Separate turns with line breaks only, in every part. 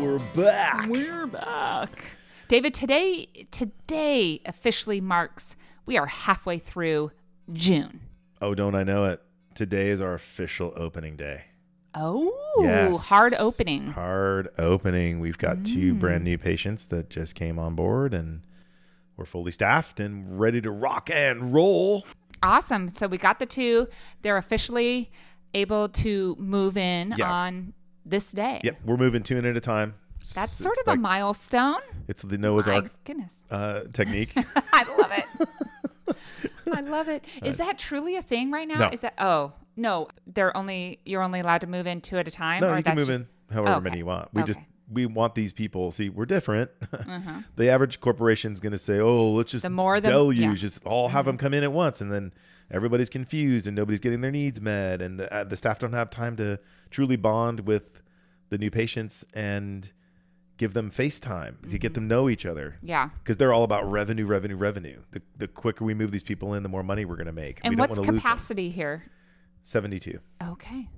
We're back.
We're back. David, today today officially marks we are halfway through June.
Oh, don't I know it? Today is our official opening day.
Oh,
Yes.
hard opening. Mm.
Hard opening. We've got two brand new patients that just came on board and we're fully staffed and ready to rock and roll.
Awesome. So we got the two. They're officially able to move in
Yeah.
on this day.
Yep, we're moving two in at a time.
That's
It's
sort of a
like-
milestone.
It's the Noah's
My
Ark
goodness.
uh, technique.
I love it. I love it. Is that truly a thing right now?
No.
Is that oh no, they're only you're only allowed to move in two at a time?
No,
or
you can
that's
move
just, Oh,
in however
Okay.
many you want. We just
Okay. Mm-hmm.
we want these people. See, we're different. the average corporation's going to say, "Oh, let's just
The more the-
deluge,
yeah. Mm-hmm.
just all have them come in at once," and then everybody's confused and nobody's getting their needs met, and the, uh, the staff don't have time to truly bond with the new patients and give them face time to
Mm-hmm.
get them to know each other.
Yeah.
Because they're all about revenue, revenue, revenue. The, the quicker we move these people in, the more money we're going to make. we
And
don't
what's
wanna lose them.
capacity here?
72.
Okay.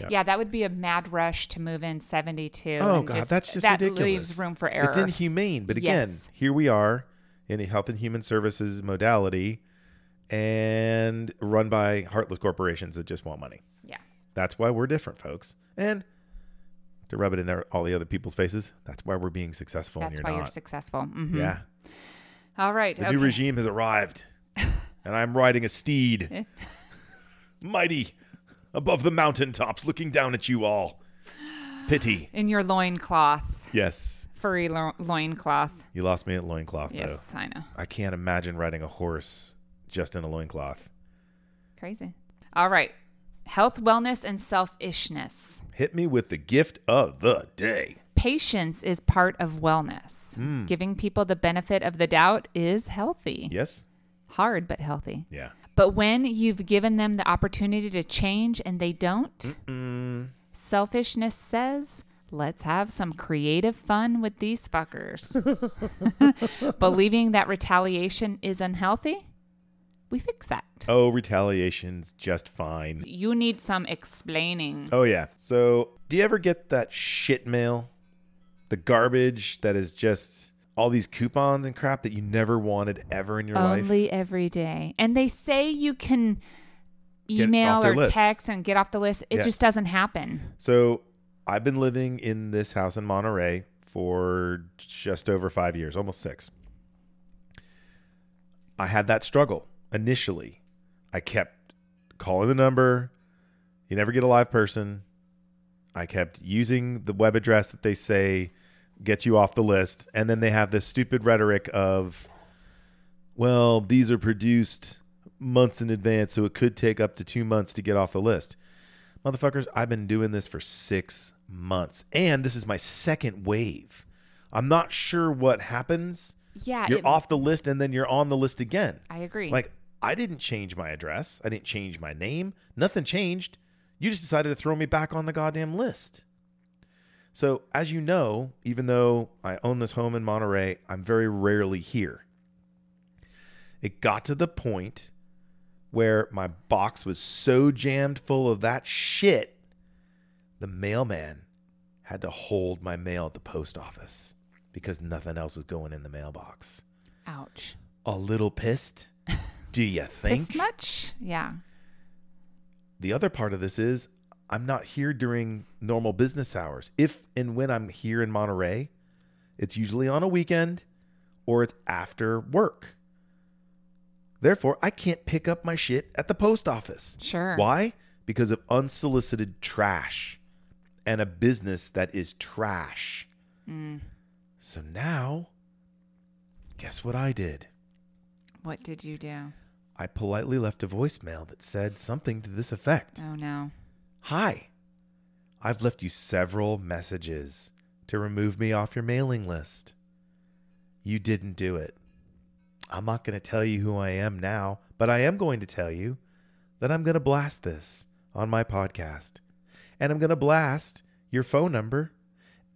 Yeah.
Yeah. that would be a mad rush to move in 72.
Oh
and
god, that's just
that
ridiculous.
leaves room for error.
It's inhumane, but again,
Yes.
here we are in a health and human services modality and run by heartless corporations that just want money.
yeah.
That's why we're different, folks. And to rub it in our- all the other people's faces, that's why we're being successful
That's
and
why
you're
you're
not.
successful. Mhm.
yeah.
All right.
The
okay.
new regime has arrived. and I'm riding a
Eh.
steed. Mighty above the mountaintops looking down at you all. Pity.
In your loincloth,
Yes.
furry lo- loincloth.
You lost me at loincloth
Yes,
though.
I know.
I can't imagine riding a horse just in a loincloth.
Crazy. All right. Health, wellness, and selfishness.
Hit me with the gift of the day.
Patience is part of wellness.
Hmm.
Giving people the benefit of the doubt is healthy.
Yes?
Hard, but healthy.
Yeah.
But when you've given them the opportunity to change and they don't, selfishness says, let's have some creative fun with these fuckers. Believing that retaliation is unhealthy, we fix that.
Oh, retaliation's just fine.
You need some explaining.
Oh, yeah. So, do you ever get that shit mail? The garbage that is just all these coupons and crap that you never wanted ever in your life?
Only every day. And they say you can
off
email
their
or
list.
text and get off the list. It
Yeah.
just doesn't happen.
So, I've been living in this house in Monterey for just over five years, almost six. I had that struggle initially. I kept calling the number. You never get a live person. I kept using the web address that they say gets you off the list. And then they have this stupid rhetoric of, well, these are produced months in advance, so it could take up to two months to get off the list. Motherfuckers, I've been doing this for six months, and this is my second wave. I'm not sure what happens.
Yeah.
You're
it-
off the list, and then you're on the list again.
I agree.
Like, I didn't change my address. I didn't change my name. Nothing changed. You just decided to throw me back on the goddamn list. So, as you know, even though I own this home in Monterey, I'm very rarely here. It got to the point where my box was so jammed full of that shit, the mailman had to hold my mail at the post office because nothing else was going in the mailbox
Ouch.
a little pissed. Do you
This
think?
much? Yeah.
the other part of this is I'm not here during normal business hours. If and when I'm here in Monterey, it's usually on a weekend or it's after work. Therefore, I can't pick up my shit at the post office.
Sure.
Why? Because of unsolicited trash and a business that is trash.
Mm.
So now, guess what I did?
What did you do?
I politely left a voicemail that said something to this effect
Oh no.
Hi, I've left you several messages to remove me off your mailing list. You didn't do it. I'm not going to tell you who I am now, but I am going to tell you that I'm going to blast this on my podcast. And I'm going to blast your phone number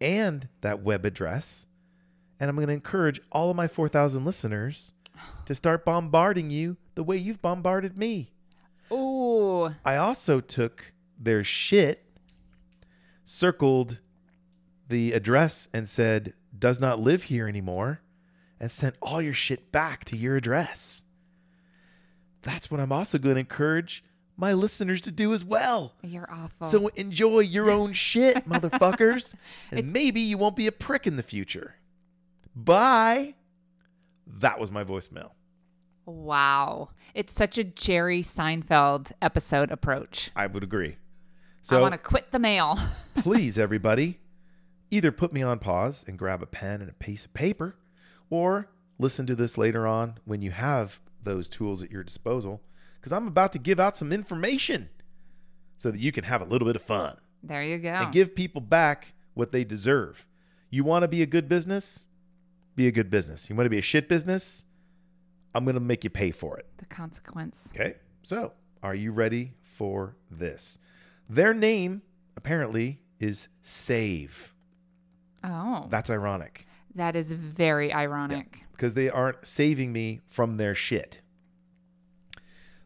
and that web address. And I'm going to encourage all of my 4,000 listeners to start bombarding you the way you've bombarded me.
Ooh.
I also took their shit, circled the address and said, does not live here anymore, and sent all your shit back to your address. That's what I'm also going to encourage my listeners to do as well.
You're awful.
So enjoy your own shit, motherfuckers.
It's-
And maybe you won't be a prick in the future. Bye. That was my voicemail.
wow. It's such a Jerry Seinfeld episode approach.
I would agree.
I
So
want to quit the mail.
please, everybody, either put me on pause and grab a pen and a piece of paper, or listen to this later on when you have those tools at your disposal, because I'm about to give out some information so that you can have a little bit of fun.
there you go.
and give people back what they deserve. You want to be a good business? Be a good business. You want to be a shit business? I'm going to make you pay for it.
the consequence.
Okay. So, are you ready for this? Their name apparently is Save.
Oh,
That's ironic
that is very ironic.
because they aren't saving me from their shit.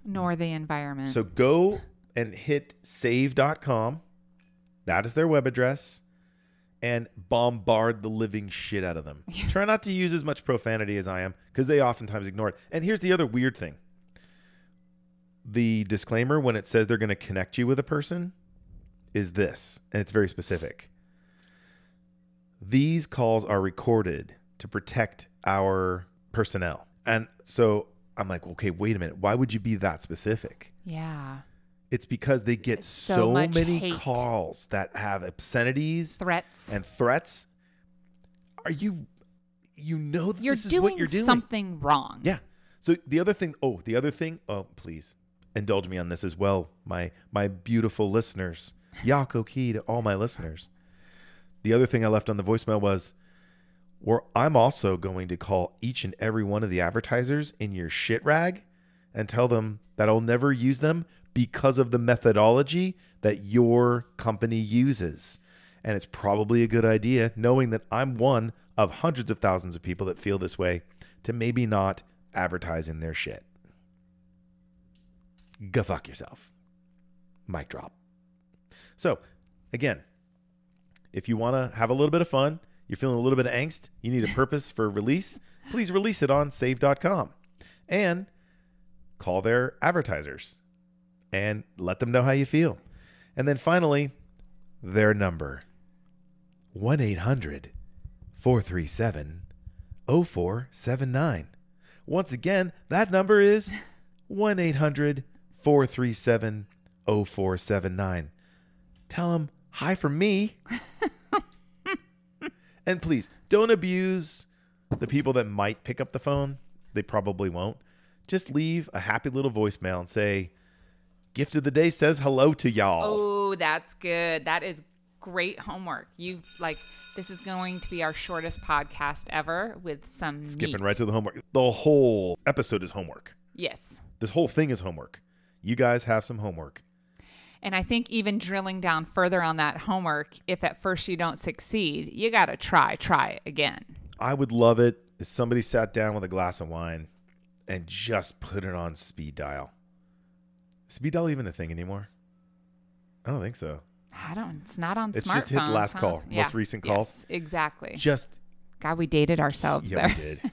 Nor the environment.
So go and hit save.com. That is their web address. And bombard the living shit out of them. Try not to use as much profanity as I am because they oftentimes ignore it. And here's the other weird thing the disclaimer when it says they're going to connect you with a person is this, and it's very specific. These calls are recorded to protect our personnel. And so I'm like, okay, wait a minute. Why would you be that specific?
yeah.
It's because they get
So
so,
much
many
hate.
calls that have obscenities
Threats.
and threats. Are you, you know, that
you're
this is
doing,
what you're doing.
something wrong.
Yeah. So the other thing, oh, the other thing, oh, please indulge me on this as well, my my beautiful listeners. Yako key to all my listeners. The other thing I left on the voicemail was, where I'm also going to call each and every one of the advertisers in your shit rag and tell them that I'll never use them because of the methodology that your company uses. And it's probably a good idea, knowing that I'm one of hundreds of thousands of people that feel this way, to maybe not advertise in their shit. Go fuck yourself. Mic drop. So, again, if you want to have a little bit of fun, you're feeling a little bit of angst, you need a purpose for release, please release it on save.com and call their advertisers and let them know how you feel. And then finally, their number 1 800 437 0479. Once again, that number is 1 800 437 0479. Tell them hi from me. and please don't abuse the people that might pick up the phone. They probably won't. Just leave a happy little voicemail and say, Gift of the day says hello to y'all.
Oh, that's good. That is great homework. You've like this is going to be our shortest podcast ever with some
Skipping
meat.
right to the homework. The whole episode is homework.
Yes.
This whole thing is homework. You guys have some homework.
And I think even drilling down further on that homework, if at first you don't succeed, you got to try, try again.
I would love it if somebody sat down with a glass of wine and just put it on speed dial. Is speed dial even a thing anymore? I don't think so.
I don't, it's not on
It's
smartphones.
just hit last
huh?
call, most recent calls.
Yes, exactly.
Just
God, we dated ourselves
yeah, we
there.
did.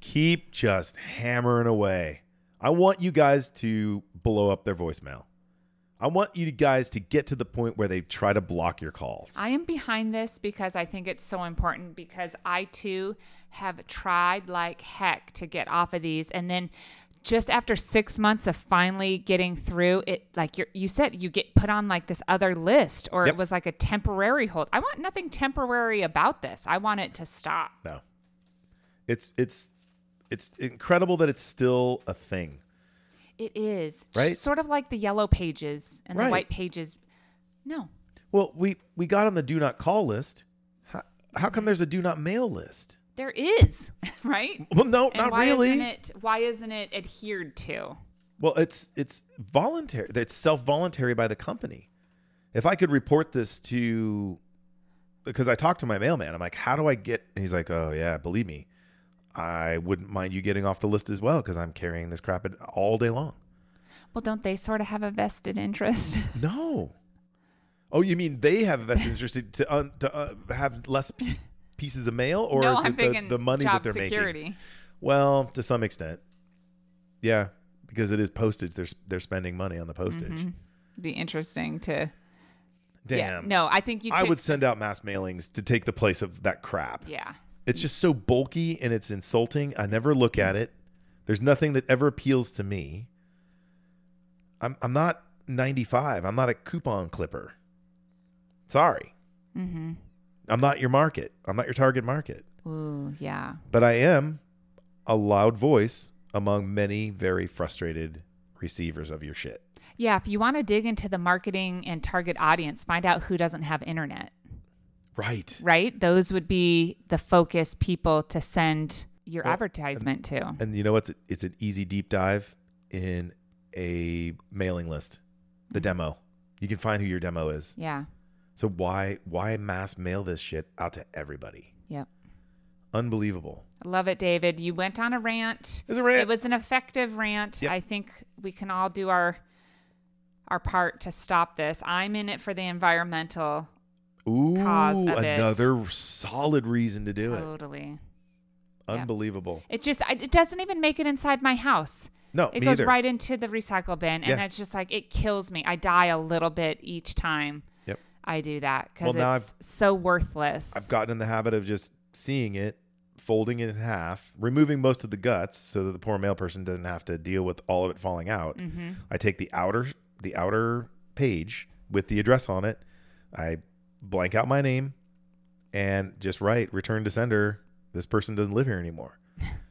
Keep just hammering away. I want you guys to blow up their voicemail. I want you guys to get to the point where they try to block your calls.
I am behind this because I think it's so important because I too have tried like heck to get off of these and then just after 6 months of finally getting through it like you you said you get put on like this other list or it
Yep.
was like a temporary hold. I want nothing temporary about this. I want it to stop.
No. It's it's it's incredible that it's still a thing.
It is
Right?
Sh- sort of like the yellow pages and the
Right.
white pages. No.
Well, we we got on the do not call list. How, how come there's a do not mail list?
There is, right?
Well, no,
And
not
why
really.
Isn't it, why isn't it adhered to?
well, it's it's voluntary. It's self voluntary by the company. If I could report this to, because I talked to my mailman, I'm like, how do I get? And he's like, oh yeah, believe me, I wouldn't mind you getting off the list as well because I'm carrying this crap all day long.
Well, don't they sort of have a vested interest?
No. Oh, you mean they have a vested interest to- to un, to uh, have less p- pieces of mail, or
no,
is
I'm
it
thinking
the, the money
job
that they're
security.
making? Well, to some extent, yeah, because it is postage. They're s- they're spending money on the postage.
Be interesting to. Mm-hmm. Yeah.
Damn.
No, I think you. Took,
I would send out mass mailings to take the place of that crap.
Yeah.
It's just so bulky and it's insulting. I never look at it. There's nothing that ever appeals to me. I'm I'm not 95. I'm not a coupon clipper. Sorry. I'm not your market. I'm not your target market.
Ooh, yeah.
But I am a loud voice among many very frustrated receivers of your shit.
Yeah, if you want to dig into the marketing and target audience, find out who doesn't have internet,
Right.
right? Those would be the focus people to send your
Well,
advertisement to.
And you know what's it's an easy deep dive in a mailing list. The demo. You can find who your demo is.
Yeah.
So why why mass mail this shit out to everybody?
Yep.
Unbelievable.
I love it, David. You went on a rant.
It was a rant.
It was an effective rant.
Yep.
I think we can all do our our part to stop this. I'm in it for the environmental.
Ooh,
Cause of it.
another solid reason to do it.
Totally.
Unbelievable.
It just I, it doesn't even make it inside my house.
No,
It
me
goes
either.
right into the recycle bin, and
Yeah.
it's just like it kills me. I die a little bit each time
Yep.
I do that
Well,
because
now
it's so worthless.
I've gotten in the habit of just seeing it, folding it in half, removing most of the guts so that the poor male person doesn't have to deal with all of it falling out. I take the outer the outer page with the address on it. I blank out my name and just write return to sender. This person doesn't live here anymore.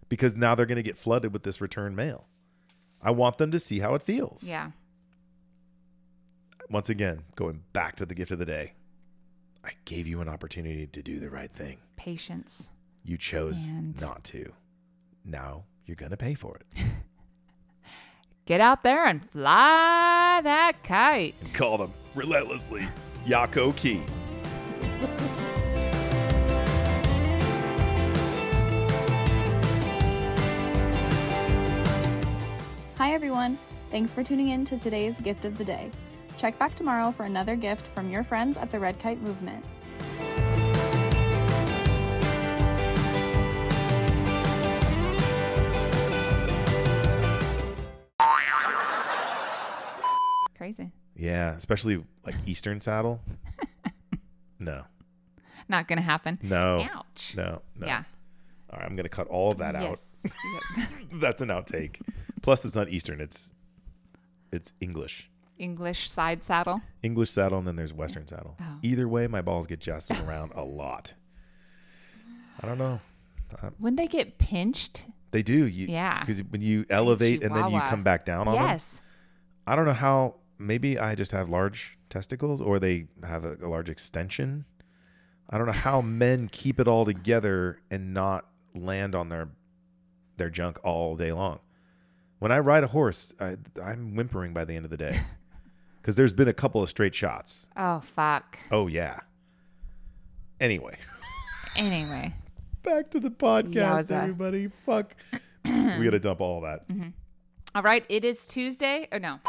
because now they're going to get flooded with this return mail. I want them to see how it feels.
yeah,
Once again, going back to the gift of the day. I gave you an opportunity to do the right thing.
patience.
You chose
And-
not to. Now you're going to pay for it.
Get out there and fly that kite.
Call them relentlessly Yako Key.
Hi, everyone. Thanks for tuning in to today's gift of the day. Check back tomorrow for another gift from your friends at the Red Kite Movement.
Crazy.
Yeah, especially like Eastern saddle. no,
Not gonna happen.
no,
Ouch.
no, no.
Yeah.
All right, I'm going to cut all of that
yes. yes.
out. That's an outtake. Plus, it's not Eastern. It's it's English.
English side saddle.
English saddle, and then there's Western saddle.
Oh.
Either way, my balls get jostled around a lot. I don't know.
When they get pinched.
They do. You,
Yeah.
Because when you elevate and then you
Chihuahua.
come back down on them,
Yes.
I don't know how. Maybe I just have large testicles, or they have a, a large extension. I don't know how men keep it all together and not land on their their junk all day long. When I ride a horse, I, I'm whimpering by the end of the day because there's been a couple of straight shots.
Oh fuck.
Oh yeah. Anyway,
Anyway.
back to the podcast,
Yowza.
everybody. Fuck, we gotta dump all that.
All right. It is Tuesday. Oh no.